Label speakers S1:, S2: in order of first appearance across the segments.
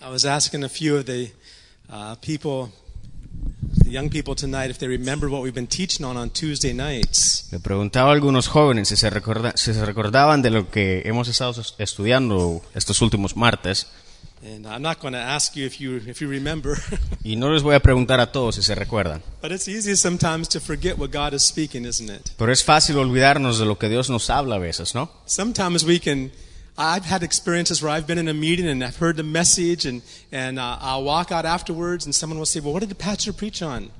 S1: I was asking a few of the uh, people, the young people tonight, if they remember what we've been teaching on on Tuesday nights.
S2: Le preguntaba a algunos jóvenes si se, recorda- si se recordaban de lo que hemos estado sus- estudiando estos últimos martes.
S1: And I'm not going to ask you if you if you remember,
S2: Y no les voy a preguntar a todos si se recuerdan.
S1: but it's easy sometimes to forget what God is speaking, isn't it?
S2: Pero es fácil olvidarnos de lo que Dios nos habla a veces, ¿no?
S1: Sometimes we can. I've had experiences where I've been in a meeting and I've heard the message, and and uh, I'll walk out afterwards, and someone will say, "Well, what did the pastor preach on?"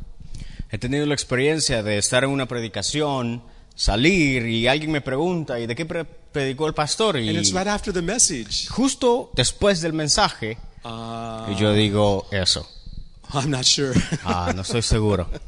S2: He tenido la experiencia de estar en una predicación, salir y alguien me pregunta, ¿y de qué pre- predicó el pastor?
S1: And
S2: Y
S1: it's right after the message.
S2: justo después del mensaje,
S1: Uh,
S2: y yo digo eso.
S1: I'm not sure.
S2: Ah, no estoy seguro.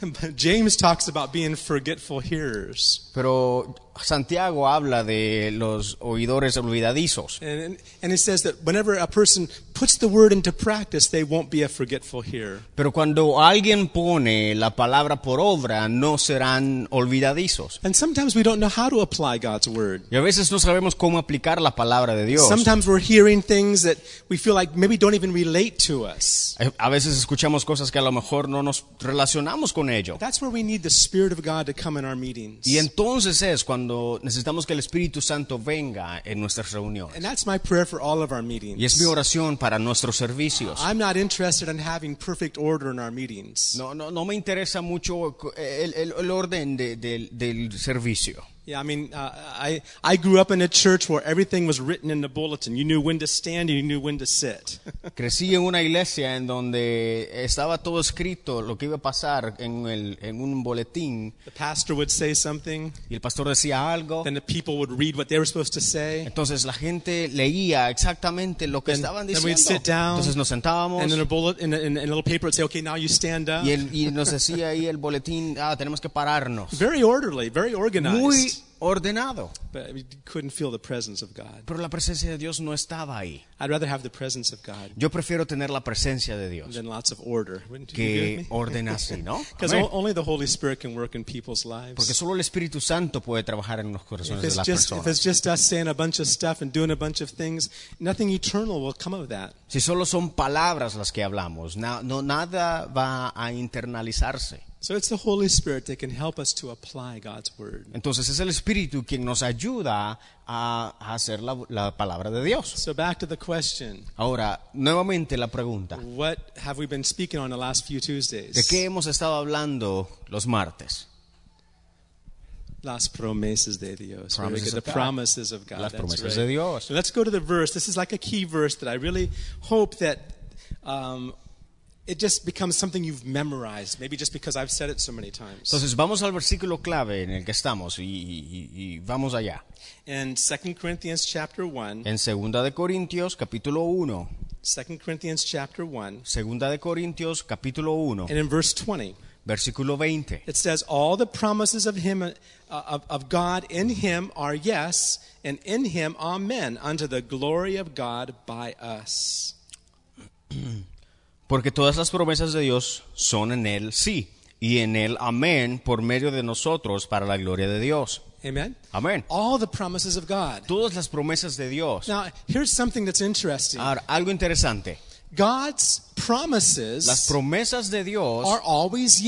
S1: But James talks about being forgetful hearers.
S2: Pero Santiago habla de los oidores olvidadizos.
S1: And, and, and he says that whenever a person puts the word into practice, they won't be a forgetful hearer.
S2: Pero cuando alguien pone la palabra por obra, no serán olvidadizos.
S1: And sometimes we don't know how to apply God's word.
S2: Y a veces no sabemos cómo aplicar la palabra de Dios.
S1: Sometimes we're hearing things that we feel like maybe don't even relate to us.
S2: Eh, A veces escuchamos cosas que a lo mejor no nos relacionamos con ello.
S1: That's where we need the Spirit of God to come in our meetings.
S2: Y entonces es cuando necesitamos que el Espíritu Santo venga en nuestras reuniones.
S1: And that's my prayer for all of our
S2: Y es
S1: meetings.
S2: mi oración para nuestros servicios.
S1: I'm not interested in having perfect order in our meetings.
S2: No, no, no me interesa mucho el, el- el orden de- del- del servicio.
S1: Yeah, I mean, uh, I, I grew up in a church where everything was written in the bulletin. You knew when to stand and you knew when to sit.
S2: Crecí en una iglesia en donde estaba todo escrito lo que iba a pasar en, el- en un boletín
S1: the pastor would say something,
S2: y el pastor decía algo.
S1: then the people would read what they were supposed to say,
S2: Entonces la gente leía exactamente lo que
S1: Then-
S2: estaban
S1: then
S2: diciendo.
S1: we'd sit down,
S2: Entonces nos sentábamos
S1: and then a bullet in a, in a little paper would say, "Okay, now you stand up."
S2: y, el- y nos decía ahí el boletín, ah, tenemos que pararnos.
S1: Very orderly, very organized,
S2: Muy ordenado.
S1: but we couldn't feel the presence of God.
S2: Pero la presencia de Dios no estaba ahí.
S1: I'd rather have the presence of God
S2: Yo prefiero tener la presencia de Dios
S1: than lots of order. Wouldn't you agree
S2: que
S1: with me?
S2: ordena así, ¿no?
S1: Because
S2: Amén.
S1: only the Holy Spirit can work in people's lives.
S2: Porque solo el Espíritu Santo puede trabajar en los corazones
S1: if
S2: de
S1: it's
S2: las
S1: just if
S2: personas.
S1: it's just us saying a bunch of stuff and doing a bunch of things, nothing eternal will come of that.
S2: Si solo son palabras las que hablamos, na- no, nada va a internalizarse.
S1: So it's the Holy Spirit that can help us to apply God's word.
S2: Entonces es el Espíritu quien nos ayuda a, a hacer la, la palabra de Dios.
S1: So back to the question:
S2: Ahora, nuevamente la pregunta.
S1: What have we been speaking on the last few Tuesdays?
S2: ¿De qué hemos estado hablando los martes?
S1: Las promesas de Dios. Very
S2: Promises
S1: good. The
S2: of God.
S1: promises of God.
S2: Las
S1: Ah, That's
S2: promesas
S1: right.
S2: de Dios.
S1: Let's go to the verse. This is like a key verse that I really hope that um, it just becomes something you've memorized. Maybe just because I've said it so many times.
S2: Entonces vamos al versículo clave en el que estamos y, y- y vamos allá.
S1: in 2 Corinthians chapter 1,
S2: En Segunda de Corintios capítulo 1.
S1: 2 Corinthians chapter 1,
S2: Segunda de Corintios capítulo 1,
S1: and in verse 20.
S2: versículo 20.
S1: It says, All the promises of him uh, of, of God in him are yes, and in him amen, unto the glory of God by us.
S2: Porque todas las promesas de Dios son en Él sí, y en Él amén por medio de nosotros para la gloria de Dios.
S1: Amen.
S2: Amén.
S1: All the promises of God.
S2: Todas las promesas de Dios.
S1: Now, here's something that's interesting.
S2: Ahora, algo interesante.
S1: God's
S2: Las
S1: promises
S2: promesas de Dios
S1: are always
S2: son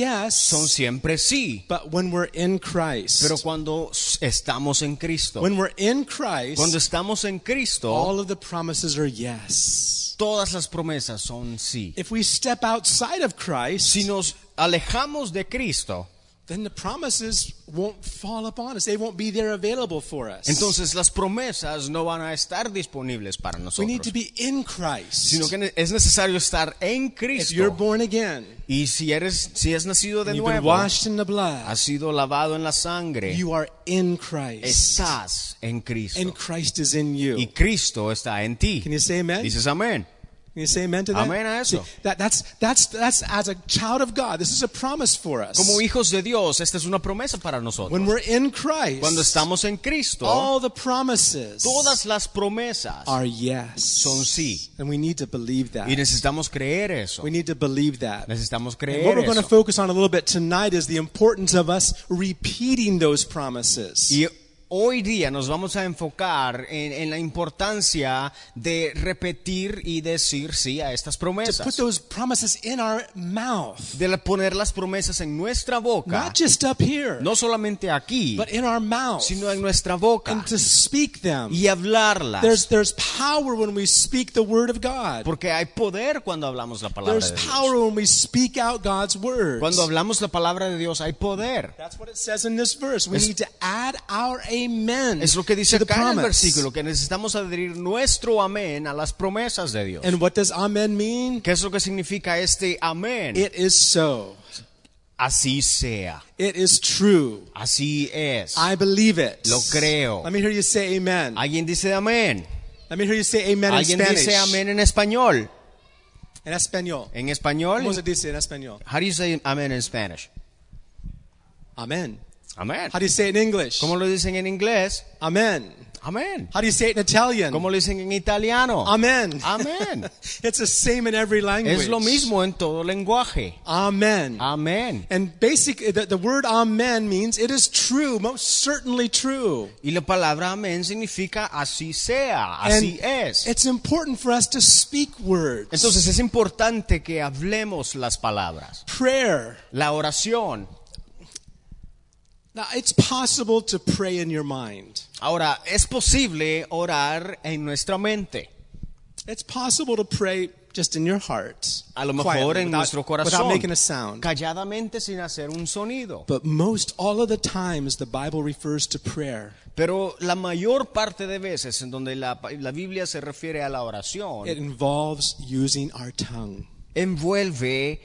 S1: yes,
S2: siempre sí,
S1: but when we're in Christ,
S2: pero cuando s- estamos en Cristo,
S1: when we're in
S2: cuando
S1: Christ,
S2: estamos en Cristo,
S1: all of the promises are yes.
S2: todas las promesas son sí.
S1: If we step outside of
S2: Si
S1: Christ,
S2: nos alejamos de Cristo,
S1: then the promises won't fall upon us. They won't be there available for us.
S2: entonces las promesas no van a estar disponibles para
S1: we need to
S2: nosotros.
S1: be in Christ.
S2: sino que ne- es necesario estar en
S1: if you're
S2: Cristo.
S1: born again,
S2: Y si eres, si has nacido de
S1: and you've been
S2: nuevo,
S1: washed in the blood,
S2: has sido lavado en la sangre,
S1: you are in Christ.
S2: estás en
S1: And
S2: Cristo.
S1: Christ is in you.
S2: Y Cristo está en ti.
S1: Can you say amen?
S2: Dices amén.
S1: Can you say amen to that?
S2: Amen a eso.
S1: See, that, that's, that's, that's as a child of God. This is a promise for us.
S2: Como hijos de Dios, esta es una promesa para
S1: when
S2: nosotros.
S1: we're in Christ,
S2: Cuando estamos en Cristo,
S1: all the promises
S2: todas las promesas
S1: Oh, are yes.
S2: son sí.
S1: And we need to believe that.
S2: Y necesitamos creer eso.
S1: We need to believe that.
S2: Necesitamos
S1: And what
S2: creer
S1: we're going to
S2: eso.
S1: focus on a little bit tonight is the importance of us repeating those promises.
S2: Y hoy día nos vamos a enfocar en, en la importancia de repetir y decir sí a estas
S1: to put
S2: promesas.
S1: those promises in our mouth,
S2: De la- poner las promesas en nuestra boca,
S1: not just up here,
S2: no solamente aquí,
S1: but in our mouth,
S2: sino en nuestra boca
S1: and to speak them.
S2: y hablarlas.
S1: There's, there's power when we speak the word of God.
S2: Porque hay poder cuando hablamos la palabra
S1: There's
S2: de Dios.
S1: power when we speak out God's words.
S2: Cuando hablamos la palabra de Dios hay poder.
S1: That's what it says in this verse. We
S2: Es-
S1: need to add our amen
S2: Es lo que dice
S1: to the
S2: acá en el
S1: promise.
S2: versículo, que necesitamos adherir nuestro amén a las promesas de Dios.
S1: And what does amen mean?
S2: ¿Qué es lo que significa este amén?
S1: It is so.
S2: Así sea,
S1: It is true.
S2: así es.
S1: I believe it.
S2: Lo creo.
S1: Let me hear you say amen.
S2: Alguien dice amén.
S1: Let me hear you say amen in
S2: Alguien
S1: Spanish.
S2: dice amén en español.
S1: En español.
S2: En español,
S1: ¿Cómo se dice en español?
S2: how do you say amén en Spanish?
S1: Amen.
S2: Amén.
S1: How do you say it in English?
S2: ¿Cómo lo dicen en inglés?
S1: Amen.
S2: Amén.
S1: How do you say it in Italian?
S2: ¿Cómo lo dicen en italiano?
S1: Amen.
S2: Amén.
S1: it's the same in every language.
S2: Es lo mismo en todo lenguaje.
S1: Amen.
S2: Amén.
S1: And basically, the, the word amen means it is true, most certainly true.
S2: Y la palabra amén significa así sea, así
S1: and
S2: es.
S1: It's important for us to speak words.
S2: Entonces es importante que hablemos las palabras.
S1: prayer.
S2: La oración.
S1: Now, it's possible to pray in your mind.
S2: Ahora, es posible orar en nuestra mente.
S1: It's possible to pray just in your heart.
S2: A lo mejor
S1: quietly,
S2: en
S1: without,
S2: nuestro corazón.
S1: Without making a sound.
S2: Calladamente sin hacer un sonido.
S1: But most all of the times the Bible refers to prayer.
S2: Pero la mayor parte de veces en donde la, la Biblia se refiere a la oración,
S1: It involves using our tongue.
S2: envuelve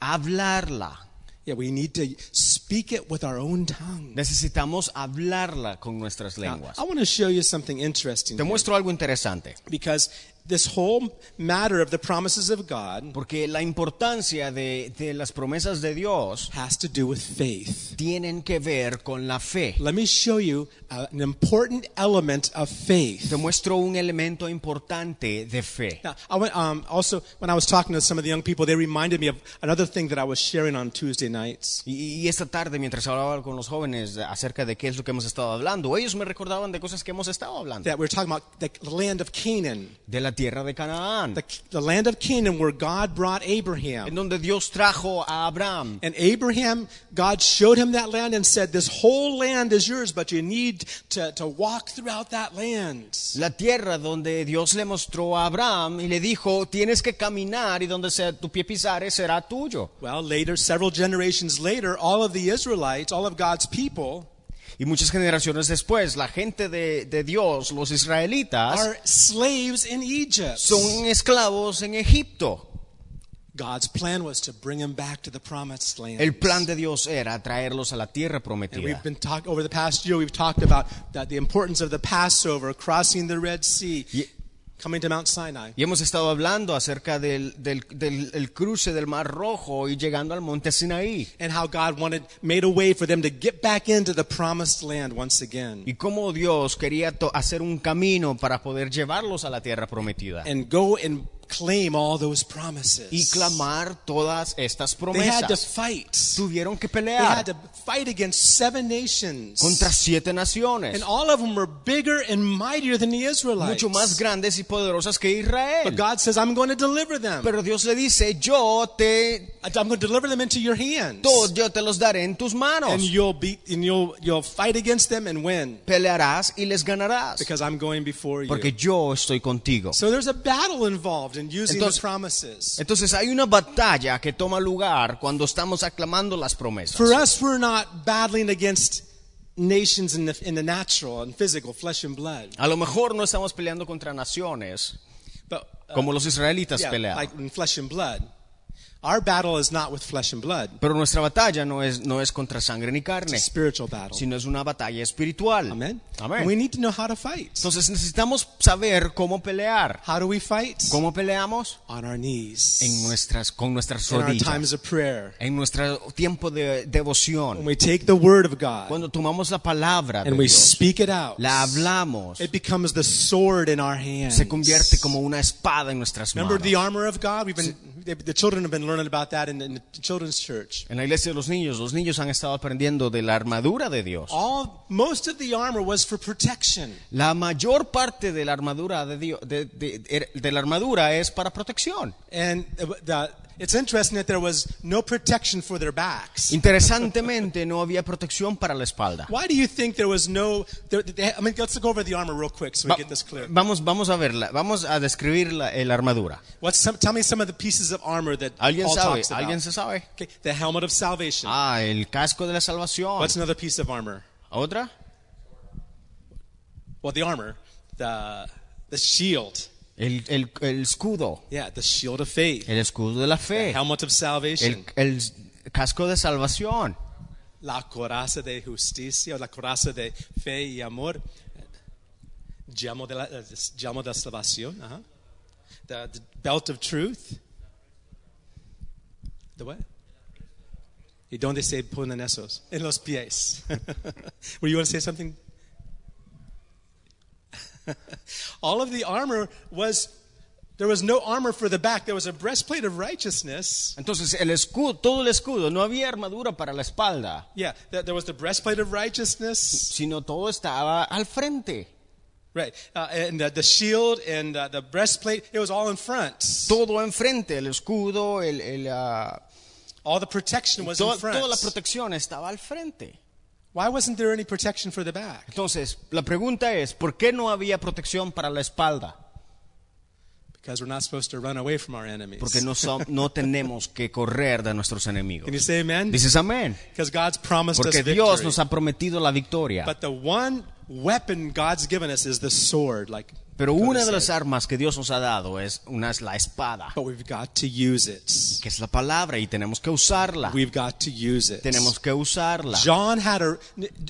S2: hablarla.
S1: Yeah, we need to speak it with our own tongue.
S2: Necesitamos hablarla con nuestras lenguas.
S1: I want to show you something interesting.
S2: Te
S1: here.
S2: muestro algo interesante.
S1: because this whole matter of the promises of God
S2: Porque la importancia de, de las promesas de Dios
S1: has to do with faith.
S2: tienen que ver con la fe.
S1: Let me show you uh, an important element of faith.
S2: Te muestro un elemento importante de fe.
S1: Now, I went, um, also, when I was talking to some of the young people, they reminded me of another thing that I was sharing on Tuesday nights.
S2: Y, y esta tarde, mientras hablaba con los jóvenes acerca de qué es lo que hemos estado hablando, ellos me recordaban de cosas que hemos estado hablando.
S1: That we we're talking about the land of Canaan,
S2: De la tierra de Canaán,
S1: the, the land of Canaan where God brought
S2: en
S1: Abraham.
S2: donde Dios trajo a Abraham.
S1: And Abraham, God showed him that land and said, This whole land is yours, but you need to, to walk throughout that land.
S2: La tierra donde Dios le mostró a Abraham y le dijo, tienes que caminar y donde sea tu pie pisare será tuyo.
S1: Well, later, several generations later, all of the Israelites, all of God's people,
S2: Y muchas generaciones después, la gente de, de Dios, los israelitas,
S1: are slaves in Egypt.
S2: son esclavos en Egipto.
S1: God's plan was to bring them back to the promised land.
S2: El plan de Dios era traerlos a la tierra
S1: and we've
S2: prometida.
S1: been talking over the past year. We've talked about that the importance of the Passover, crossing the Red Sea,
S2: Ye-
S1: coming to Mount Sinai.
S2: Y hemos estado hablando acerca del, del- del- el cruce del Mar Rojo y llegando al monte Sinaí.
S1: And how God wanted made a way for them to get back into the promised land once again
S2: Y cómo Dios quería to- hacer un camino para poder llevarlos a la tierra prometida.
S1: and go and claim all those
S2: Y
S1: promises.
S2: clamar todas estas
S1: They had to
S2: promesas.
S1: fight.
S2: Tuvieron que
S1: They had
S2: pelear
S1: to fight against seven nations.
S2: contra siete
S1: And
S2: naciones,
S1: all of them were bigger and mightier than the Israelites.
S2: mucho más grandes y poderosas que
S1: But
S2: Israel.
S1: God says, I'm going to deliver them.
S2: Pero Dios le dice, yo te,
S1: I'm going to deliver them into your hands.
S2: to- yo te los daré en tus
S1: And
S2: manos.
S1: you'll beat and you'll you'll fight against them and win.
S2: Pelearás y les ganarás.
S1: Because I'm going before you.
S2: Porque yo estoy contigo.
S1: So there's a battle involved in using
S2: Entonces-
S1: the promises.
S2: Entonces hay una batalla que toma lugar cuando estamos aclamando las
S1: For
S2: promesas.
S1: us, we're not battling against nations in the, in the natural and physical, flesh and blood.
S2: A lo mejor no estamos peleando contra naciones
S1: But uh,
S2: como los israelitas
S1: yeah,
S2: peleaban.
S1: like in flesh and blood. Our battle is not with flesh and blood.
S2: Pero nuestra batalla no es, no es contra sangre ni
S1: It's a
S2: carne,
S1: spiritual battle.
S2: sino es una batalla espiritual.
S1: Amen.
S2: Amén.
S1: We need to know how to fight.
S2: Entonces necesitamos saber cómo pelear.
S1: How do we fight?
S2: ¿Cómo peleamos?
S1: On our knees.
S2: En nuestras, con nuestras
S1: in our
S2: rodillas.
S1: times of prayer.
S2: En nuestro tiempo de
S1: When
S2: devoción.
S1: we take the word of God
S2: Cuando tomamos la palabra de
S1: and we
S2: Dios,
S1: speak it out,
S2: la hablamos,
S1: it becomes the sword in our hands.
S2: se convierte como una espada en nuestras
S1: Remember
S2: manos.
S1: the armor of God? We've been, the the children have been learning about that in, in the children's church.
S2: En la iglesia de los niños, los niños han estado aprendiendo de la armadura de Dios.
S1: All most of the armor was for protection.
S2: La mayor parte de la armadura de Dios, de, de- de- de la armadura es para protección.
S1: And uh, the, it's interesting that there was no protection for their backs.
S2: Interesantemente, no había protección para la espalda.
S1: Why do you think there was no? There, they, I mean, let's go over the armor real quick so we
S2: Va-
S1: get this clear.
S2: vamos, vamos a verla, vamos a describir la el armadura.
S1: What's some, tell me some of the pieces of armor that
S2: ¿Alguien
S1: Paul
S2: sabe?
S1: talks about.
S2: ¿Alguien se sabe?
S1: Okay, the helmet of salvation.
S2: Ah, el casco de la salvación.
S1: What's another piece of armor?
S2: ¿Otra?
S1: Well, the armor, the the shield.
S2: El, el- el escudo.
S1: Yeah, the shield of faith.
S2: El escudo de la
S1: The
S2: fe.
S1: helmet of salvation.
S2: El, el casco de salvación.
S1: La coraza de justicia, la coraza de fe y amor. Llamo de la, eh, llamo de la salvación. uh The, the belt of truth. The what? ¿Y dónde se ponen esos? En los pies. Were you want to say something? All of the armor was, there was no armor for the back. There was a breastplate of righteousness.
S2: Entonces, el escudo, todo el escudo, no había armadura para la espalda,
S1: Yeah, there there was the breastplate of righteousness.
S2: sino todo estaba al frente.
S1: Right. Uh, and uh, the shield and uh, the breastplate, it was all in front.
S2: Todo enfrente, el escudo, el, el, ah,
S1: All the protection was
S2: toda,
S1: in front.
S2: toda la protección estaba al frente.
S1: Why wasn't there any protection for the back?
S2: Entonces, la pregunta es, ¿por qué no había protección para la espalda?
S1: Because we're not supposed to run away from our enemies.
S2: Porque no, so- no tenemos que correr de nuestros enemigos.
S1: Can you say amen?
S2: Dices amén.
S1: Because God's promised us
S2: Porque
S1: victory.
S2: Dios nos ha prometido la victoria.
S1: But the one weapon God's given us is the sword, like
S2: Pero
S1: Dakota
S2: una de
S1: said.
S2: las armas que Dios nos ha dado es una es la espada,
S1: But we've got to use it.
S2: que es la palabra y tenemos que usarla.
S1: We've got to use it.
S2: Tenemos que usarla.
S1: John had a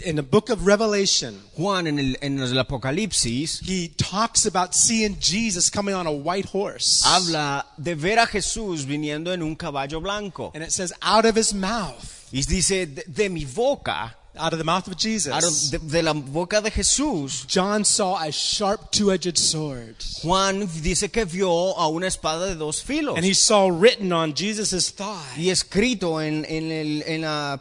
S1: in the book of Revelation,
S2: Juan en el, en el Apocalipsis
S1: he talks about seeing Jesus coming on a white horse.
S2: habla de ver a Jesús viniendo en un caballo blanco
S1: And it says, out of his mouth,
S2: y dice de, de mi boca,
S1: out of the mouth of Jesus,
S2: out of- de, de la boca de Jesús,
S1: John saw a sharp two edged sword.
S2: Juan dice que vio a una espada de dos filos
S1: And he saw written on Jesus' thigh,
S2: y escrito en, en el- en la,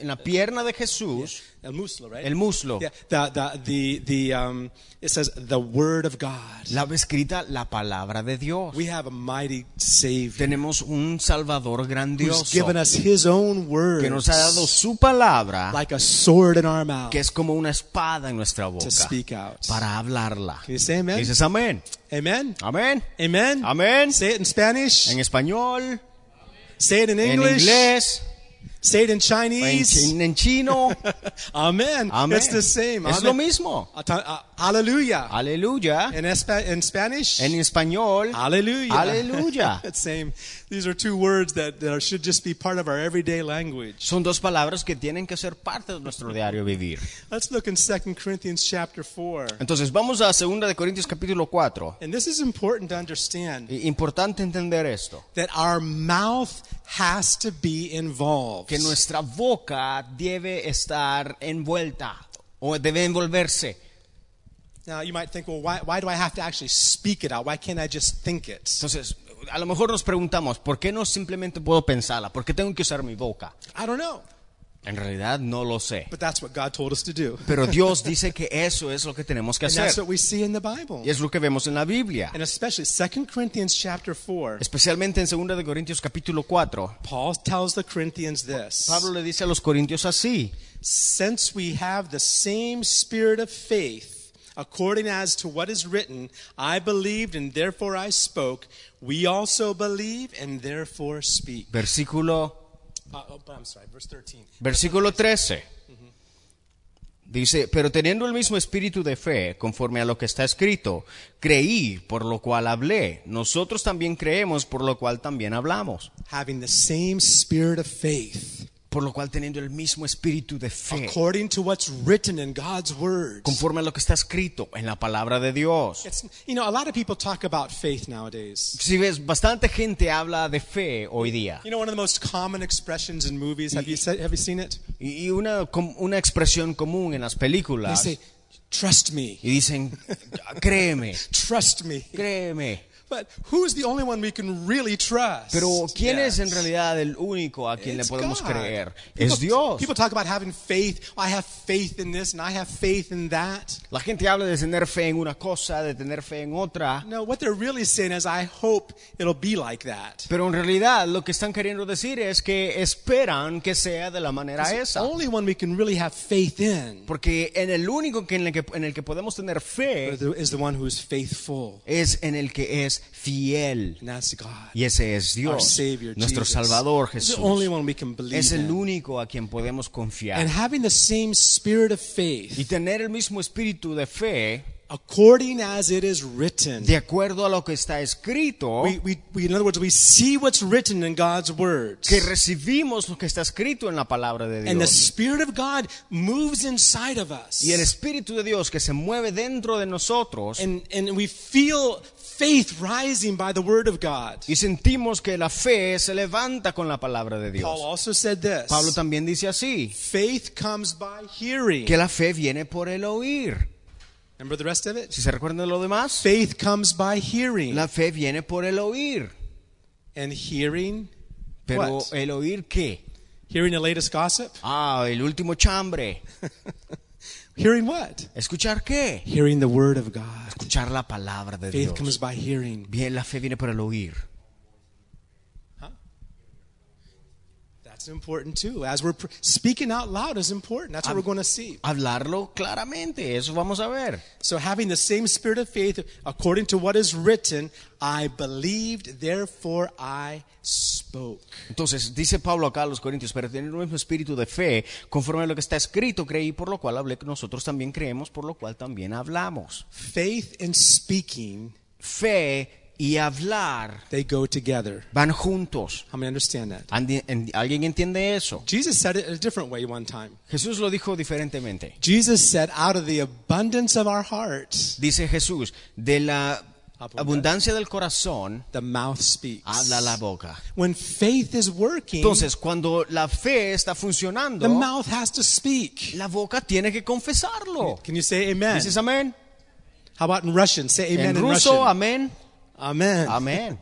S2: en la pierna de Jesús
S1: el muslo, right?
S2: el muslo,
S1: Yeah, the, the, the, the, um, it says, the word of God.
S2: la escrita la palabra de Dios.
S1: We have a mighty Savior
S2: Tenemos un Salvador
S1: who's
S2: grandioso
S1: given us his own word,
S2: que nos ha dado su palabra,
S1: like a sword in our mouth
S2: que es como una espada en nuestra boca
S1: to speak out.
S2: para hablarla.
S1: Can you say amen?
S2: Dices amén,
S1: Amen?
S2: amén,
S1: Amen?
S2: amén,
S1: Say it in Spanish.
S2: en español,
S1: Say it in
S2: en
S1: English.
S2: inglés,
S1: Say it in
S2: en,
S1: Chinese.
S2: chi- en chino,
S1: Amen.
S2: amén.
S1: It's the same.
S2: Es lo
S1: Amen.
S2: mismo.
S1: Ata- uh, Hallelujah.
S2: Aleluya,
S1: In, Espa- in Spanish,
S2: en español,
S1: Hallelujah.
S2: Hallelujah.
S1: It's same. These are two words that, that are- should just be part of our everyday language.
S2: son dos palabras que tienen que ser parte de nuestro diario vivir.
S1: Let's look in 2 Corinthians chapter 4.
S2: Entonces vamos a 2 de Corintios capítulo 4.
S1: And this is important to understand
S2: I- Importante entender esto.
S1: that our mouth has to be involved.
S2: que nuestra boca debe estar envuelta o debe envolverse.
S1: Now, you might think, well, why, why do I have to actually speak it out? Why can't I just think it?
S2: Entonces, a lo mejor nos preguntamos, ¿por qué no simplemente puedo pensarla? ¿Por qué tengo que usar mi boca?
S1: I don't know.
S2: En realidad no lo sé.
S1: But that's what God told us to do.
S2: Pero Dios dice que eso es lo que tenemos que
S1: And that's
S2: hacer.
S1: what we see in the Bible.
S2: Y es lo que vemos en la Biblia.
S1: And especially 2 Corinthians chapter 4.
S2: Especialmente en 2 de Corintios capítulo 4.
S1: Paul tells the Corinthians this
S2: Pablo le dice a los corintios así.
S1: Since we have the same spirit of faith, according as to what is written, I believed and therefore I spoke, we also believe and therefore speak.
S2: Versículo,
S1: Uh, oh, I'm sorry, verse 13.
S2: versículo 13. Dice, pero teniendo el mismo espíritu de fe, conforme a lo que está escrito, creí, por lo cual hablé. Nosotros también creemos, por lo cual también hablamos.
S1: Having the same spirit of faith,
S2: Por lo cual teniendo el mismo espíritu de fe,
S1: according to what's written in God's word.
S2: conforme a lo que está escrito en la palabra de Dios.
S1: It's, you know, a lot of people talk about faith nowadays.
S2: Si ves, bastante gente habla de fe hoy día.
S1: You know, one of the most common expressions in movies, have you, se- have you seen it?
S2: Y y una, com- una expresión común en las
S1: They
S2: películas.
S1: say, trust me,
S2: Y dicen, créeme,
S1: trust me.
S2: créeme.
S1: But who's the only one we can really trust?
S2: Pero ¿quién
S1: Yes.
S2: es en realidad el único a quien le
S1: It's
S2: podemos
S1: God.
S2: creer?
S1: People-
S2: Es Dios.
S1: People talk about having faith. I have faith in this and I have faith in that.
S2: La gente habla de tener fe en una cosa, de tener fe en otra,
S1: No, what they're really saying is, I hope it'll be like that.
S2: pero en realidad lo que están queriendo decir es que esperan que sea de la manera
S1: It's the
S2: esa.
S1: only one we can really have faith in
S2: Porque en el único que en, el que en el que podemos tener fe
S1: is the one who is faithful,
S2: es en el que es fiel.
S1: and that's God.
S2: Y ese
S1: Our
S2: es Dios,
S1: Savior,
S2: nuestro
S1: Jesus.
S2: Salvador
S1: He's the only
S2: Jesús.
S1: one we can believe
S2: Es el
S1: in.
S2: único a quien podemos
S1: And
S2: confiar.
S1: having the same spirit of
S2: Y
S1: faith,
S2: tener el mismo espíritu de fe,
S1: according as it is written.
S2: de acuerdo a lo que está escrito,
S1: We, we, we, in other words, we see what's written in God's words.
S2: que recibimos lo que está escrito en la palabra de
S1: And the
S2: Dios.
S1: Spirit of God moves inside of us.
S2: Y el Espíritu de Dios que se mueve dentro de nosotros
S1: And, and we feel faith rising by the Word of God.
S2: y sentimos que la fe se levanta con la palabra de
S1: Paul
S2: Dios.
S1: also said this
S2: Pablo también dice así,
S1: faith comes by hearing.
S2: que la fe viene por el oír.
S1: Remember the rest of it?
S2: Si se recuerdan de lo demás,
S1: Faith comes by hearing.
S2: la fe viene por el oír.
S1: And hearing,
S2: Pero
S1: What?
S2: el oír qué?
S1: hearing the latest gossip?
S2: Ah, el último chambre.
S1: Hearing what?
S2: ¿Escuchar qué?
S1: Hearing the Word of God.
S2: Escuchar la palabra de
S1: Faith
S2: Dios.
S1: comes by hearing.
S2: Bien, la fe viene por el oír.
S1: That's important too. As we're pr- speaking out loud is important. That's what we're going to see.
S2: Hablarlo claramente, eso vamos a ver.
S1: So, having the same spirit of faith, according to what is written, I believed, therefore I spoke.
S2: Entonces, dice Pablo acá a los Corintios, pero tener el mismo espíritu de fe, conforme a lo que está escrito, creí, por lo cual hablé, que nosotros también creemos, por lo cual también hablamos.
S1: Faith and speaking,
S2: Fe y hablar
S1: they go together.
S2: van juntos.
S1: How many understand that?
S2: Andi- en- ¿Alguien entiende eso?
S1: Jesus said it a different way one time.
S2: Jesús lo dijo diferentemente.
S1: Jesus said, out of the abundance of our hearts,
S2: Dice Jesús, de la
S1: Abundancia.
S2: abundancia del corazón
S1: the mouth speaks.
S2: habla Ah, la boca.
S1: When faith is working,
S2: Entonces, cuando la fe está
S1: the
S2: funcionando,
S1: mouth has to speak.
S2: la boca tiene que confesarlo.
S1: Can you say amen?
S2: ¿Dices amén?
S1: How about in Russian? Say amen
S2: En
S1: in
S2: ruso,
S1: Russian.
S2: amén.
S1: Amen.
S2: Amén.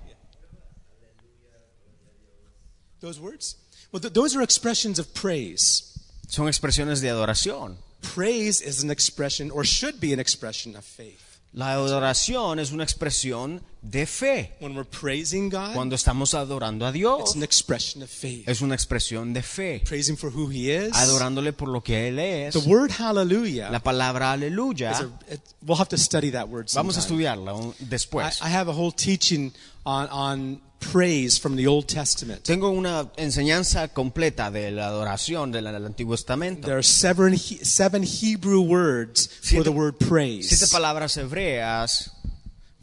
S1: Those words? Well, th- those are expressions of praise.
S2: Son expresiones de adoración.
S1: Praise is an expression, or should be an expression, of faith.
S2: La adoración es una expresión de fe.
S1: When we're praising God,
S2: Cuando estamos adorando a
S1: it's
S2: Dios,
S1: an expression of faith.
S2: es una expresión de fe.
S1: Praising for who He is.
S2: Adorándole por lo que Él es.
S1: The word hallelujah.
S2: La palabra
S1: is
S2: aleluya.
S1: a- it- we'll have to study that word sometime.
S2: Vamos a estudiarla un-
S1: I,
S2: después.
S1: I have a whole teaching on, on praise from the Old Testament.
S2: Tengo una enseñanza completa de la adoración del, del Antiguo Testamento.
S1: There are seven, He- seven Hebrew words for
S2: Siete-
S1: the word
S2: Siete
S1: praise.
S2: palabras hebreas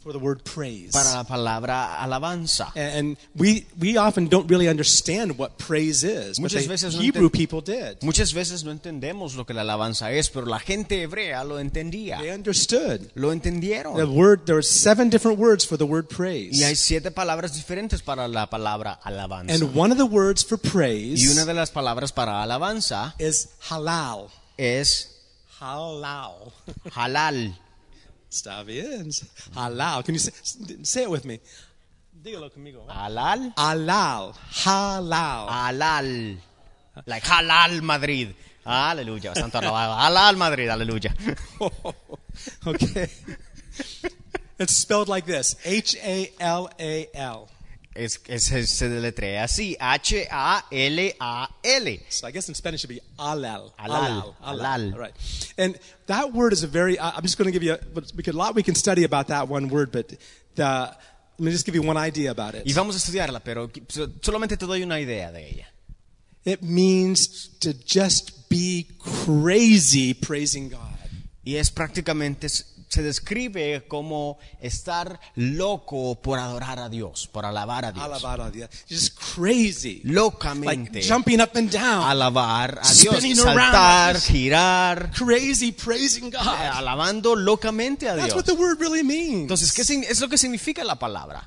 S1: For the word praise.
S2: para la palabra alabanza.
S1: And and we, we often don't really understand what praise is, but
S2: Muchas
S1: the
S2: veces no
S1: Hebrew
S2: enten-
S1: people did.
S2: Muchas veces no entendemos lo que la alabanza es, pero la gente hebrea lo entendía.
S1: They understood.
S2: Lo
S1: Eh. The
S2: entendieron.
S1: word there are seven different words for the word
S2: Y hay
S1: praise.
S2: siete palabras diferentes para la palabra alabanza.
S1: And one of the words for
S2: Y una
S1: praise
S2: de las palabras para alabanza
S1: is halal.
S2: es
S1: Halal.
S2: halal.
S1: Está bien. Halal. Can you say, say it with me? Dígalo conmigo.
S2: Halal.
S1: Halal.
S2: Ah.
S1: Halal.
S2: Halal. Like halal Madrid. Aleluya. Santo alabado. Halal Madrid. Aleluya.
S1: Okay. It's spelled like this. H A L A L.
S2: Es, es- es- se deletrea así. H-A-L-A-L.
S1: So I guess in Spanish it'd be alal.
S2: Halal. Halal.
S1: All right. And that word is a very, I- I'm just going to give you, a, but we could, a lot we can study about that one word, but the, let me just give you one idea about
S2: Y
S1: it.
S2: vamos a estudiarla, pero qui- so- solamente te doy una idea de ella.
S1: It means to just be crazy praising God.
S2: Y es prácticamente, s- se describe como estar loco por adorar a Dios, por alabar a Dios.
S1: Alabar a Dios. Just crazy. Like
S2: Locamente.
S1: jumping up and down.
S2: alabar a Dios,
S1: Spinning around
S2: saltar,
S1: like this.
S2: girar,
S1: Crazy praising
S2: eh,
S1: God.
S2: alabando locamente a
S1: That's
S2: Dios.
S1: what the word really means.
S2: Entonces, ¿qué sign- es lo que significa la palabra?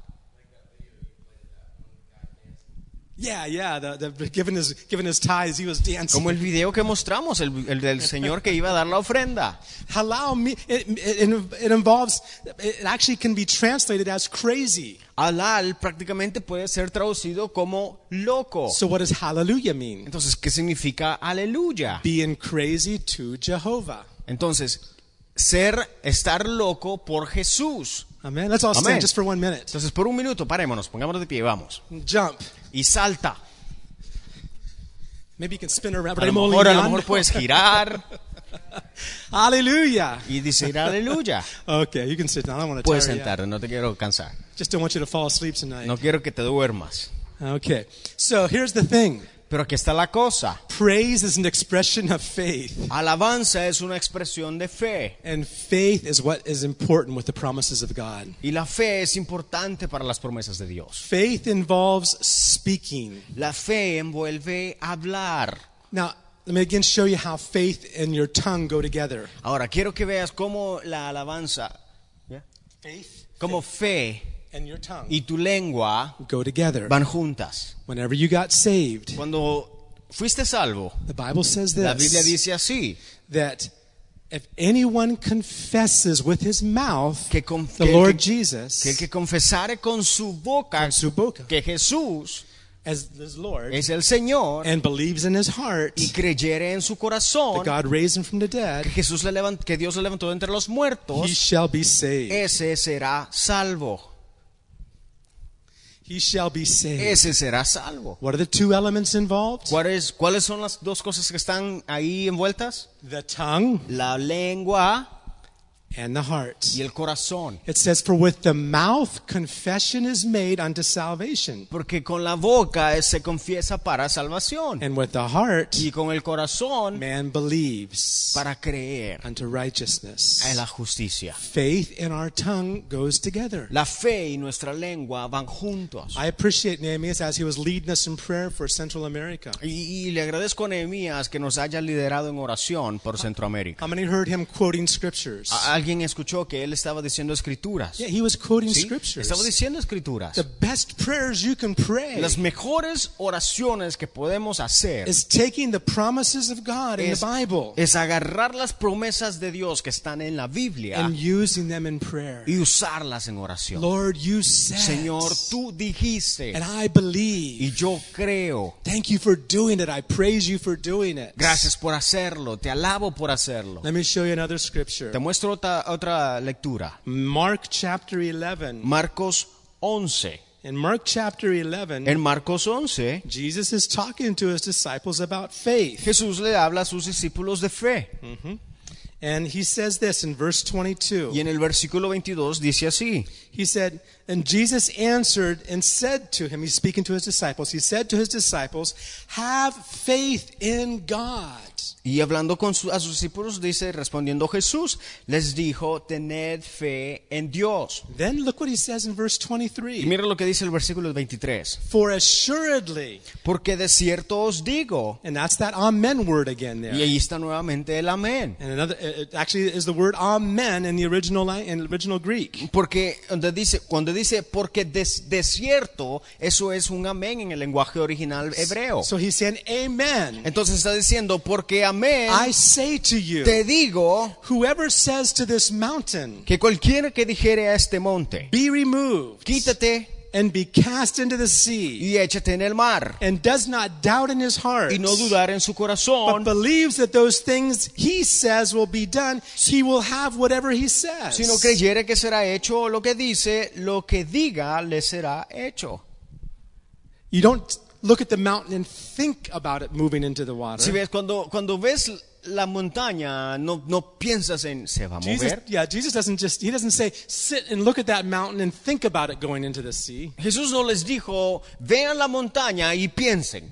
S1: Yeah, yeah, the, the, giving, his, giving his tithes, he was dancing.
S2: Como el video que mostramos, el, el del señor que iba a dar la ofrenda.
S1: Halal, me- it, it, it involves, it actually can be translated as crazy.
S2: Halal prácticamente puede ser traducido como loco.
S1: So what does hallelujah mean?
S2: Entonces, ¿qué significa aleluya?
S1: Being crazy to Jehovah.
S2: Entonces, ser, estar loco por Jesús.
S1: Amen. Let's all
S2: Amen.
S1: stand just for one minute.
S2: Entonces, por un minuto, parémonos, pongámonos de pie, vamos.
S1: Jump.
S2: Y salta.
S1: Maybe you can spin around.
S2: A
S1: but
S2: lo
S1: I'm only
S2: mejor, a lo
S1: young.
S2: mejor puedes girar
S1: Hallelujah.
S2: y decir aleluya.
S1: Okay, you can sit down. I don't want to
S2: Puedes
S1: tire you out.
S2: sentarte, no te quiero cansar.
S1: Just don't want you to fall asleep tonight.
S2: No quiero que te duermas.
S1: Okay. So here's the thing.
S2: Pero aquí está la cosa.
S1: Praise is an expression of faith.
S2: Alabanza es una expresión de fe.
S1: And faith is what is important with the promises of God.
S2: Y la fe es importante para las promesas de Dios.
S1: Faith involves speaking.
S2: La fe envuelve hablar.
S1: Now, let me again show you how faith and your tongue go together.
S2: Ahora, quiero que veas cómo la alabanza,
S1: Faith
S2: cómo fe
S1: and your tongue
S2: y tu lengua
S1: go together.
S2: van juntas.
S1: Whenever you got saved,
S2: Cuando fuiste salvo,
S1: the Bible says
S2: la Biblia
S1: this
S2: dice así,
S1: that if anyone confesses with his mouth
S2: Que conf-
S1: the
S2: que-
S1: Lord
S2: que-
S1: Jesus
S2: que el que confesare con su boca
S1: su boca.
S2: que Jesús
S1: as his Lord
S2: es el Señor
S1: and believes in his heart
S2: y creyere en su
S1: that
S2: corazón
S1: God raised him from the
S2: que,
S1: dead,
S2: Jesús le levant- que Dios le levantó de entre los
S1: he
S2: muertos,
S1: shall be saved.
S2: ese será salvo.
S1: He shall be saved.
S2: Ese será salvo.
S1: What are the two elements involved?
S2: ¿Cuáles, ¿Cuáles son las dos cosas que están ahí envueltas?
S1: The tongue
S2: La lengua
S1: and the heart.
S2: y el corazón.
S1: It says, For with the mouth confession is made unto salvation,
S2: Porque con la boca eh, se confiesa para salvación.
S1: and with the heart
S2: Y con el corazón
S1: man believes
S2: para creer
S1: unto righteousness.
S2: en la justicia.
S1: Faith and our tongue goes together.
S2: La fe y nuestra lengua van juntos.
S1: I appreciate Nehemiah as he was leading us in prayer for Central America.
S2: Y, y le agradezco a Nehemías que nos haya liderado en oración por Centroamérica.
S1: How many heard him quoting scriptures?
S2: A- Alguien escuchó que él estaba diciendo escrituras.
S1: Yeah, he was quoting
S2: ¿sí?
S1: scriptures.
S2: Estaba diciendo escrituras.
S1: The best prayers you can pray
S2: Las mejores oraciones que podemos hacer
S1: is taking the promises of God in the
S2: es,
S1: Bible
S2: es agarrar las promesas de Dios que están en la Biblia
S1: and using them in prayer.
S2: y usarlas en oración.
S1: Lord, you said,
S2: Señor, tú dijiste
S1: and I believe.
S2: y yo creo.
S1: Thank you for doing it. I praise you for doing it.
S2: Gracias por hacerlo, te alabo por hacerlo.
S1: Let me show you another scripture.
S2: Te muestro otra, otra lectura.
S1: Mark chapter 11.
S2: Marcos 11.
S1: In Mark chapter 11,
S2: En Marcos 11,
S1: Jesus is talking to his disciples about faith.
S2: Jesús le habla a sus discípulos de fe.
S1: And he says this in verse
S2: Y
S1: 22.
S2: en el versículo 22 dice así.
S1: He said, And Jesus answered and said to him, He's speaking to his disciples, He said to his disciples, Have faith in God.
S2: Y hablando con su- a sus discípulos, dice, respondiendo Jesús, les dijo, tened fe en Dios.
S1: Then look what he says in verse
S2: Y
S1: 23.
S2: mira lo que dice el versículo 23.
S1: For assuredly,
S2: Porque de cierto os digo,
S1: and that's that amen word again there.
S2: y ahí está nuevamente el amén.
S1: And another, it it actually is the word "amen" in the original lang- in the original Greek.
S2: Porque donde dice, cuando dice, porque de, de cierto, eso es un amén en el lenguaje original hebreo.
S1: So he's saying, "Amen."
S2: Entonces está diciendo, porque amén,
S1: I say to you,
S2: te digo,
S1: whoever says to this mountain,
S2: que cualquiera que dijere a este monte,
S1: "Be removed
S2: quítate
S1: and be cast into the sea,"
S2: y échate en el mar,
S1: and does not doubt in his heart,
S2: y no dudar en su
S1: but
S2: corazón,
S1: believes that those things he says will be done, he will have whatever he says.
S2: Si no creyere que será hecho lo que dice, lo que diga le será hecho.
S1: You don't look at the mountain and think about it moving into the
S2: Si
S1: water.
S2: ves, cuando, cuando ves la montaña, no, no piensas en se va a
S1: Jesus,
S2: mover.
S1: yeah, Jesus doesn't just, he doesn't say, sit and look at that mountain and think about it going into the sea.
S2: Jesús no les dijo, vean la montaña y piensen.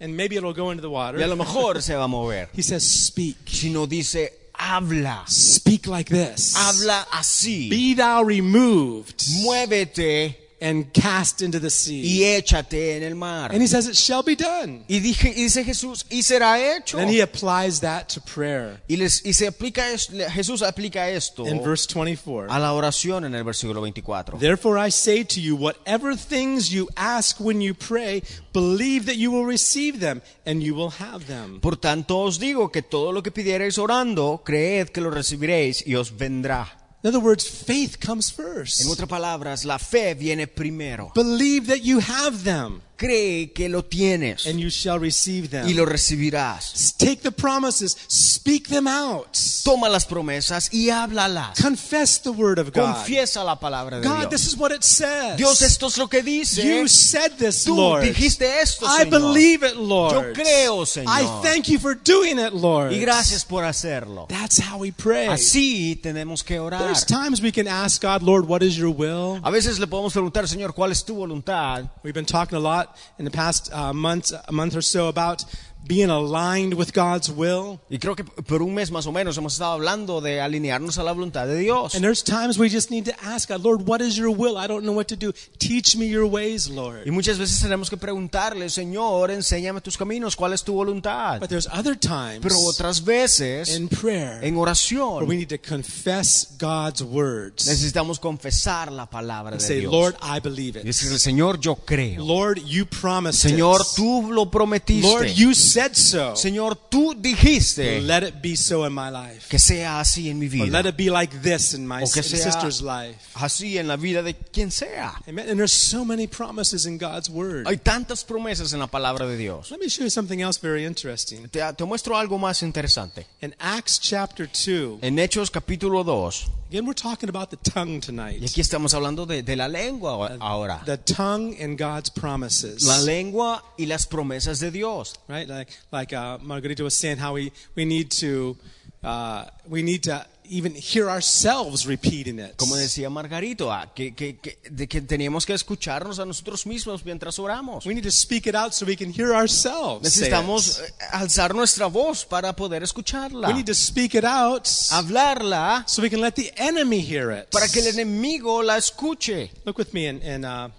S1: and maybe it'll go into the
S2: Y a
S1: water.
S2: lo mejor se va a mover.
S1: He says, Speak.
S2: Sino dice, habla,
S1: Speak like this.
S2: habla así.
S1: Be thou removed
S2: Muévete
S1: and cast into the sea.
S2: y échate en el mar.
S1: And he says, It shall be done.
S2: Y, dije, y dice Jesús, y será hecho.
S1: Then he applies that to prayer
S2: Y, les, y se aplica es- le- Jesús aplica esto
S1: in verse 24.
S2: a la oración en el versículo 24.
S1: Therefore I say to you, whatever things you ask when you pray, believe that you will receive them and you will have them.
S2: Por tanto os digo que todo lo que pidiereis orando, creed que lo recibiréis y os vendrá.
S1: In other words, faith comes
S2: En
S1: first.
S2: otras palabras, la fe viene primero.
S1: Believe that you have them
S2: Cree que lo tienes
S1: and you shall receive them.
S2: y lo recibirás.
S1: S- Take the promises, speak them out.
S2: Toma las promesas y háblalas.
S1: Confess the word of God.
S2: Confiesa la palabra de
S1: God, this
S2: Dios.
S1: is what it says.
S2: Dios, esto es lo que dice.
S1: you said this,
S2: Tú
S1: Lord.
S2: dijiste esto,
S1: I
S2: Señor.
S1: believe it, Lord.
S2: Yo creo, Señor.
S1: I thank you for doing it, Lord.
S2: Y gracias por hacerlo.
S1: That's how we pray.
S2: Así tenemos que orar.
S1: There's times we can ask God, Lord, what is your will?
S2: A veces le podemos preguntar, Señor, ¿cuál es tu voluntad?
S1: We've been talking a lot in the past uh, month, a month or so about being aligned with God's will.
S2: Y creo que por un mes más o menos hemos estado hablando de alinearnos a la voluntad de Dios.
S1: And there's times we just need to ask God, Lord, what is your will? I don't know what to do. Teach me your ways,
S2: Y
S1: Lord.
S2: muchas veces tenemos que preguntarle, Señor, enséñame tus caminos, ¿cuál es tu voluntad?
S1: But there's other times
S2: Pero otras veces,
S1: in prayer
S2: en
S1: where
S2: oración,
S1: we need to confess God's words
S2: necesitamos confesar la palabra
S1: and
S2: de
S1: say,
S2: Dios.
S1: Lord, I believe
S2: Y
S1: it.
S2: decirle, Señor, yo creo.
S1: Lord, you promised
S2: Señor,
S1: it.
S2: tú lo
S1: Lord,
S2: prometiste.
S1: you said so.
S2: Señor, tú dijiste
S1: Let it be so in my life.
S2: que sea así en mi
S1: Or
S2: vida.
S1: let it be like this in my
S2: O que
S1: s-
S2: sea-
S1: sister's life.
S2: Así en la vida de quien sea.
S1: Amen. And there's so many promises in God's word.
S2: Hay tantas promesas en la palabra de Dios.
S1: Let me show you something else very interesting.
S2: Te, te muestro algo más interesante.
S1: In Acts chapter 2,
S2: En Hechos capítulo 2,
S1: again, we're talking about the tongue
S2: y
S1: tonight.
S2: aquí estamos hablando de, de la lengua ahora.
S1: The tongue and God's
S2: La
S1: promises.
S2: lengua y las promesas de Dios.
S1: Right? Like, like uh, Margarita was saying, how we, we need to. Uh, we need to even hear ourselves repeating it.
S2: Como decía Margarito, ah, que, que- que- de que teníamos que escucharnos a nosotros mismos mientras oramos.
S1: We need to speak it out so we can hear ourselves. say it.
S2: Necesitamos ah, eh, alzar nuestra voz para poder
S1: We
S2: escucharla.
S1: need to speak it out
S2: Hablarla
S1: so we can let the enemy hear it.
S2: para que el enemigo la escuche.
S1: Look with me in, in uh,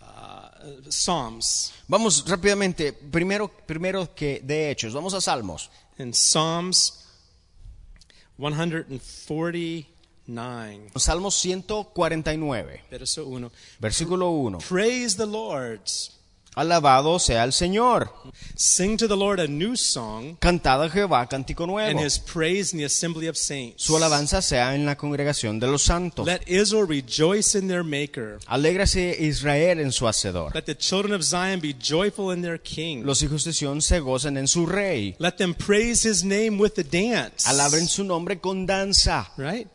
S1: uh, Psalms.
S2: Vamos rápidamente, primero, primero que de Hechos, vamos a Salmos.
S1: In Psalms 149.
S2: Salmos 149,
S1: Verso uno.
S2: versículo 1.
S1: Praise the Lord.
S2: Alabado sea el Señor.
S1: Sing to the Lord a new song
S2: Cantad a Jehová cántico
S1: and
S2: nuevo.
S1: his praise in the assembly of saints.
S2: Su alabanza sea en la congregación de los santos.
S1: Let Israel rejoice in their maker.
S2: Alégrase Israel en su hacedor.
S1: Let the children of Zion be joyful in their king.
S2: Los hijos de Sión se gozan en su rey.
S1: Let them praise his name with the dance.
S2: Alaben su nombre con danza.
S1: Right?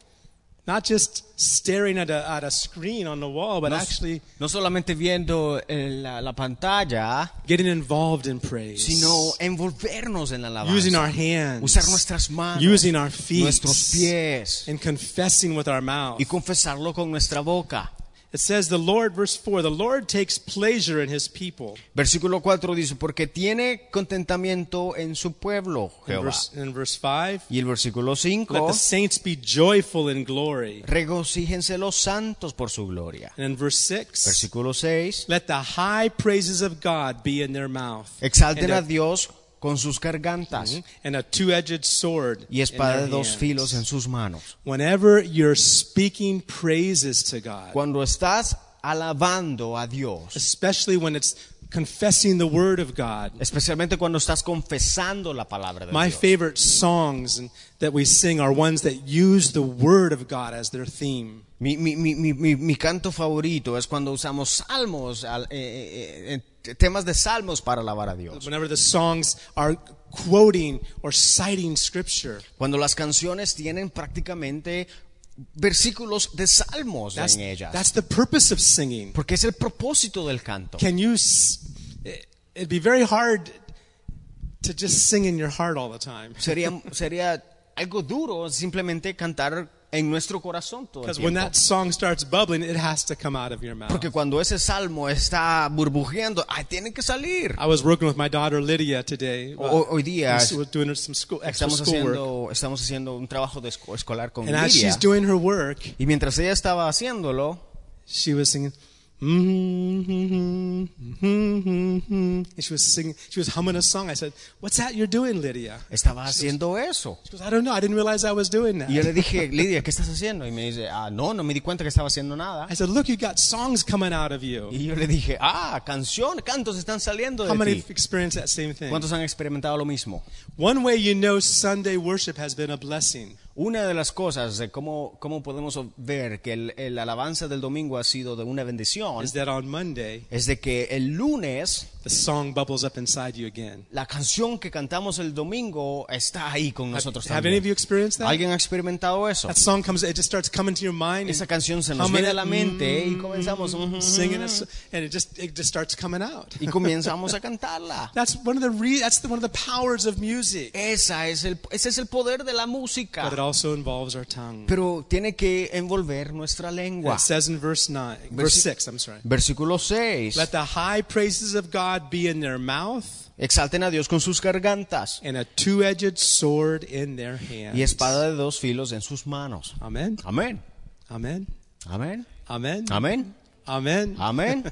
S1: Not just staring at a, at a screen on the wall, but
S2: No,
S1: actually
S2: no solamente viendo eh, la, la pantalla,
S1: getting involved in praise.
S2: sino envolvernos en la
S1: using
S2: alabanza.
S1: our hands,
S2: Usar nuestras manos,
S1: using our feet,
S2: nuestros pies.
S1: and confessing with our mouth.
S2: y confesarlo con nuestra boca.
S1: It says, "The Lord, verse four, the Lord takes pleasure in His people."
S2: Versículo 4 dice, porque tiene contentamiento en su pueblo,
S1: In
S2: Jehová.
S1: verse, in verse five,
S2: Y el versículo
S1: let
S2: 5,
S1: the saints be joyful in glory.
S2: regocíjense los santos por su gloria.
S1: And in verse six,
S2: Versículo 6,
S1: let the high praises of God be in their mouth,
S2: exalten a
S1: and,
S2: Dios con sus gargantas
S1: a, and a two-edged sword
S2: y espada de
S1: in their
S2: dos
S1: hands.
S2: filos en sus manos.
S1: Whenever you're speaking praises to God,
S2: Cuando estás alabando a Dios,
S1: especially when it's confessing the Word of God.
S2: especialmente cuando estás confesando la palabra de
S1: My
S2: Dios.
S1: favorite songs and- that we sing are ones that use the Word of God as their theme.
S2: Mi, mi- mi- mi- mi- mi canto favorito es cuando usamos salmos, al- eh, eh, eh, eh, temas de salmos para alabar a Dios.
S1: Whenever the songs are quoting or citing Scripture,
S2: Cuando las canciones tienen prácticamente versículos de salmos
S1: that's,
S2: en ellas.
S1: that's the purpose of singing.
S2: porque es el propósito del canto.
S1: Can you? s- it- It'd be very hard to just sing in your heart all the time.
S2: Sería, sería algo duro simplemente cantar en nuestro corazón todo el
S1: Because when
S2: tiempo.
S1: that song starts bubbling, it has to come out of your mouth.
S2: Porque cuando ese salmo está burbujeando, ay, tiene que salir.
S1: I was working with my daughter Lydia today.
S2: O- hoy día
S1: We were Ah, doing some school, extra
S2: estamos
S1: schoolwork,
S2: haciendo, estamos haciendo un trabajo de esco- escolar con
S1: and as
S2: Lidia.
S1: she's doing her work,
S2: Y mientras ella estaba haciéndolo,
S1: she was singing, mm-hmm, And she was singing, she was humming a song. I said, What's that you're doing, Lydia?
S2: Estaba haciendo eso.
S1: She goes, I don't know. I didn't realize I was doing that.
S2: Y yo le dije, Lidia, ¿qué estás haciendo? Y me dice, ah, no, no me di cuenta que estaba haciendo nada.
S1: I said, Look, you got songs coming out of you.
S2: Y yo le dije, ah, canción, cantos están saliendo
S1: How
S2: de
S1: many
S2: ti.
S1: have experienced that same thing?
S2: ¿Cuántos han experimentado lo mismo?
S1: One way you know Sunday worship has been a blessing
S2: Una de las cosas de cómo, cómo podemos ver que el, el alabanza del domingo ha sido de una bendición
S1: is that on Monday,
S2: es de que el lunes
S1: the song bubbles up inside you again.
S2: la canción que cantamos el domingo está ahí con nosotros
S1: Have any of you
S2: también.
S1: experienced that?
S2: ¿Alguien ha experimentado eso?
S1: That song comes, it just starts coming to your mind.
S2: Esa
S1: and
S2: canción se nos
S1: How
S2: viene
S1: many-
S2: a la mente y comenzamos ujú,
S1: Singing, a s- and it just it just starts coming out.
S2: y comenzamos a cantarla.
S1: That's one of the re- that's the, one of the powers of music.
S2: Esa es el, ese es el poder de la música.
S1: But it also involves our tongue.
S2: Pero tiene que envolver nuestra lengua.
S1: It says in verse nine, verse six. I'm sorry.
S2: Versículo 6.
S1: Let the high praises of God be in their mouth,
S2: Exalten a Dios con sus gargantas
S1: and a two-edged sword in their
S2: y
S1: hands.
S2: espada de dos filos en sus manos.
S1: Amen.
S2: Amén.
S1: Amen.
S2: Amén.
S1: Amen.
S2: Amén.
S1: Amen.
S2: Amén.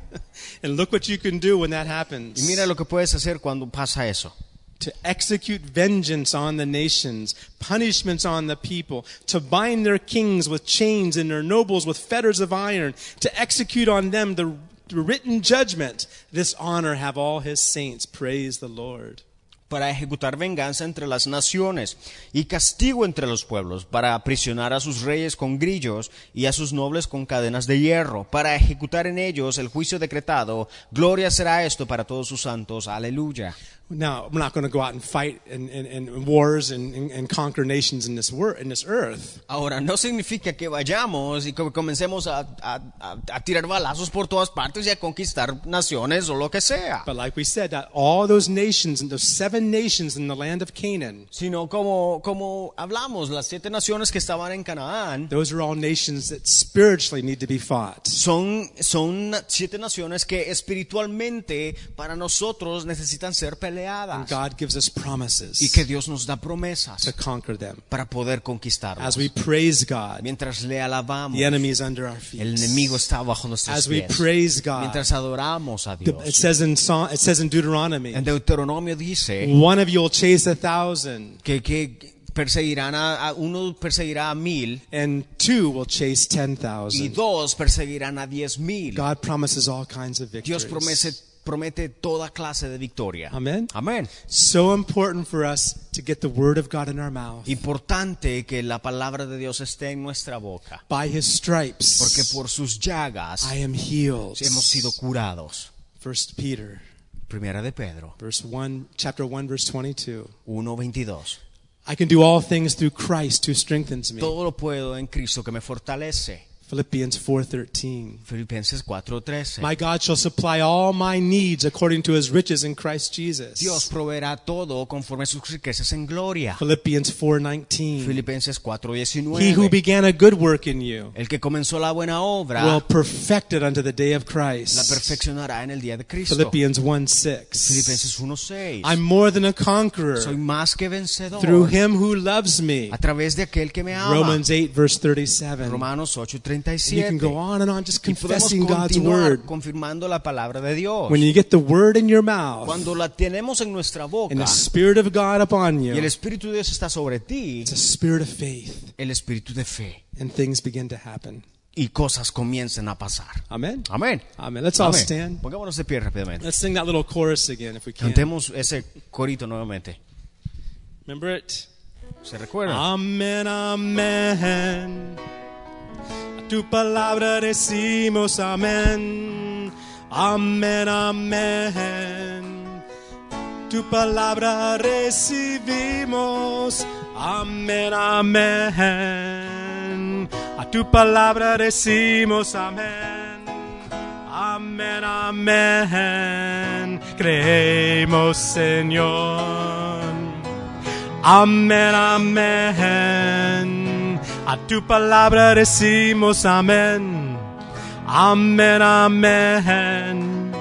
S1: and look what you can do when that
S2: Ah. Y
S1: happens.
S2: mira lo que puedes hacer cuando pasa eso.
S1: to execute vengeance on the nations, punishments on the people, to bind their kings with chains and their nobles with fetters of iron, to execute on them the written judgment. This honor have all his saints. Praise the Lord.
S2: para ejecutar venganza entre las naciones y castigo entre los pueblos, para aprisionar a sus reyes con grillos y a sus nobles con cadenas de hierro, para ejecutar en ellos el juicio decretado. Gloria será esto para todos sus santos. Aleluya.
S1: Now, I'm not going to go out and fight in, in, in wars and, and, and conquer nations in this, wor- in this earth.
S2: Ahora, no significa que vayamos y que comencemos a, a- a- a tirar balazos por todas partes y a conquistar naciones o lo que sea,
S1: But like we said, that all those nations and those seven nations in the land of Canaan,
S2: sino como, como hablamos, las siete naciones que estaban en Canaán
S1: those are all nations that spiritually need to be fought.
S2: Son, son na- siete naciones que espiritualmente para nosotros necesitan ser peleadas.
S1: God gives us promises.
S2: Y que Dios nos da
S1: to
S2: promesas
S1: conquer them.
S2: para poder
S1: As
S2: conquistarlas.
S1: we praise God,
S2: Mientras le alabamos,
S1: the enemy is under our
S2: el enemigo
S1: feet.
S2: está bajo nuestros
S1: As we uh,
S2: pies.
S1: praise God,
S2: Mientras adoramos a
S1: it
S2: Dios.
S1: says in Psalm, it says in
S2: En
S1: Deuteronomy,
S2: Deuteronomio dice
S1: one of you will chase a thousand,
S2: que, que perseguirán a, a- uno perseguirá a mil
S1: and two will chase ten
S2: y
S1: thousand.
S2: dos perseguirán a diez mil.
S1: God promises all kinds of
S2: Dios promete,
S1: victories.
S2: promete toda clase de victoria.
S1: Amén.
S2: Amén.
S1: So important for us to get the word of God in our mouth.
S2: Importante que la palabra de Dios esté en nuestra boca,
S1: By His
S2: porque
S1: stripes,
S2: por sus llagas
S1: I am healed.
S2: hemos sido curados.
S1: First Peter,
S2: Primera de Pedro
S1: verse one, chapter one, verse twenty-two.
S2: 1:22.
S1: I can do all things through Christ who strengthens me.
S2: Todo lo puedo en Cristo que me fortalece.
S1: Philippians 4:13.
S2: Filipenses 4:13.
S1: My God shall supply all my needs according to his riches in Christ Jesus.
S2: Dios proveerá todo conforme a sus riquezas en gloria.
S1: Philippians 4:19.
S2: Filipenses
S1: He who
S2: 4:19.
S1: began a good work in you
S2: El que comenzó la buena
S1: will
S2: obra
S1: perfect it unto the day of
S2: la
S1: Christ.
S2: perfeccionará en el día de Cristo.
S1: Philippians 1:6.
S2: Filipenses 1:6.
S1: I'm more than a conqueror
S2: Soy más que vencedor
S1: through him who loves me.
S2: a través de aquel que me ama.
S1: Romans 8 verse 37.
S2: Romanos
S1: And you can go
S2: 8:37.
S1: on and on just
S2: Y podemos
S1: confessing God's
S2: continuar
S1: word.
S2: confirmando la palabra de Dios.
S1: When you get the word in your mouth
S2: Cuando la tenemos en nuestra
S1: and
S2: boca
S1: the spirit of God upon
S2: y el
S1: you,
S2: Espíritu de Dios está sobre ti,
S1: it's a spirit of faith.
S2: el Espíritu de fe
S1: and things begin to happen.
S2: y cosas comienzan a pasar.
S1: Amen.
S2: Amén.
S1: Amen. Let's all
S2: Amén.
S1: stand.
S2: Pongámonos de pie rápidamente.
S1: Let's sing that little chorus again if we can.
S2: Cantemos ese corito nuevamente.
S1: Remember it?
S2: ¿Se recuerdan?
S1: Amen, amen. A tu palabra decimos amén. Amen, amen. Tu palabra recibimos. Amén, amén. A tu palabra decimos amén. Amén, amén. Creemos, Señor. Amén, amén. A tu palabra decimos amén. Amén, amén.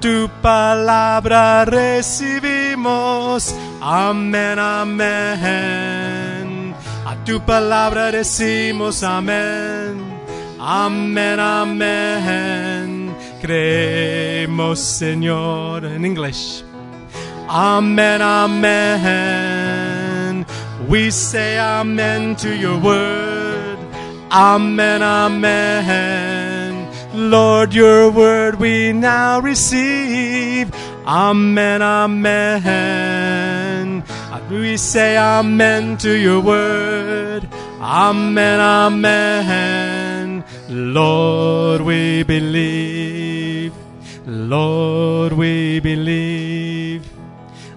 S1: Tu palabra recibimos. Amén, amén. A tu palabra decimos amén. Amén, amén. Creemos, Señor, in English. Amen, amen. We say amen to your word. Amen, amen. Lord, your word we now receive. Amen, amen. We say amen to your word. Amen, amen. Lord, we believe. Lord, we believe.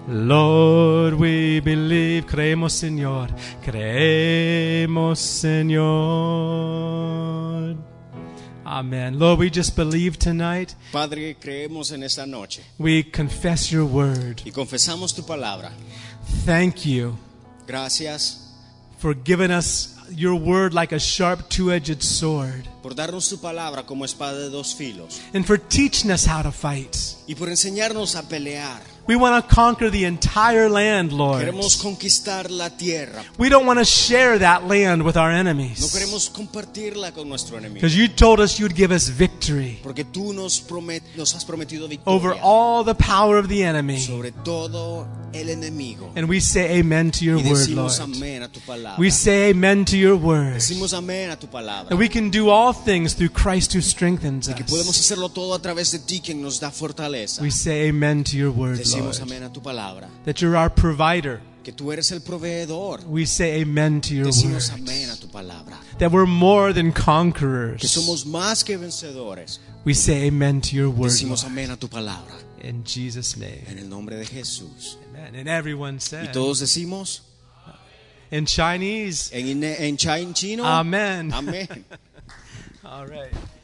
S1: Lord, we believe. Creemos, Señor. Creemos, Señor. Amen. Lord, we just believe tonight.
S2: Padre, creemos en esta noche
S1: We confess your word.
S2: y confesamos tu palabra.
S1: Thank you
S2: Gracias
S1: for giving us your word like a sharp two edged sword
S2: por darnos tu palabra como espada de dos filos
S1: and for teaching us how to fight.
S2: y por enseñarnos a pelear.
S1: We want to conquer the entire land, Lord.
S2: Queremos conquistar la tierra.
S1: We don't want to share that land with our
S2: No
S1: enemies.
S2: queremos compartirla con nuestro enemigo.
S1: Because you told us you'd give us victory
S2: Porque tú nos, promet- nos has prometido
S1: over
S2: victoria
S1: all the power of the enemy.
S2: sobre todo el enemigo.
S1: And we say amen to your
S2: Y
S1: word,
S2: decimos
S1: Lord.
S2: amén a tu palabra.
S1: We say amen to your word.
S2: Decimos amén a tu palabra.
S1: That we can do all things through Christ who strengthens
S2: Que podemos
S1: us.
S2: hacerlo todo a través de ti quien nos da fortaleza.
S1: We say amen to your word,
S2: Decimos
S1: Lord.
S2: amén a tu palabra.
S1: That you're our provider.
S2: Que tú eres el proveedor.
S1: We say amen to your word.
S2: Decimos amén a tu palabra.
S1: That we're more than
S2: Que
S1: conquerors.
S2: somos más que vencedores.
S1: We say amen to your word.
S2: Decimos
S1: Lord.
S2: amén a tu palabra.
S1: In Jesus' name.
S2: En el nombre de Jesús.
S1: Amen. And everyone
S2: Y
S1: said
S2: todos decimos
S1: in Chinese, Um,
S2: en, en, en chino.
S1: Amen.
S2: Amén.
S1: All right.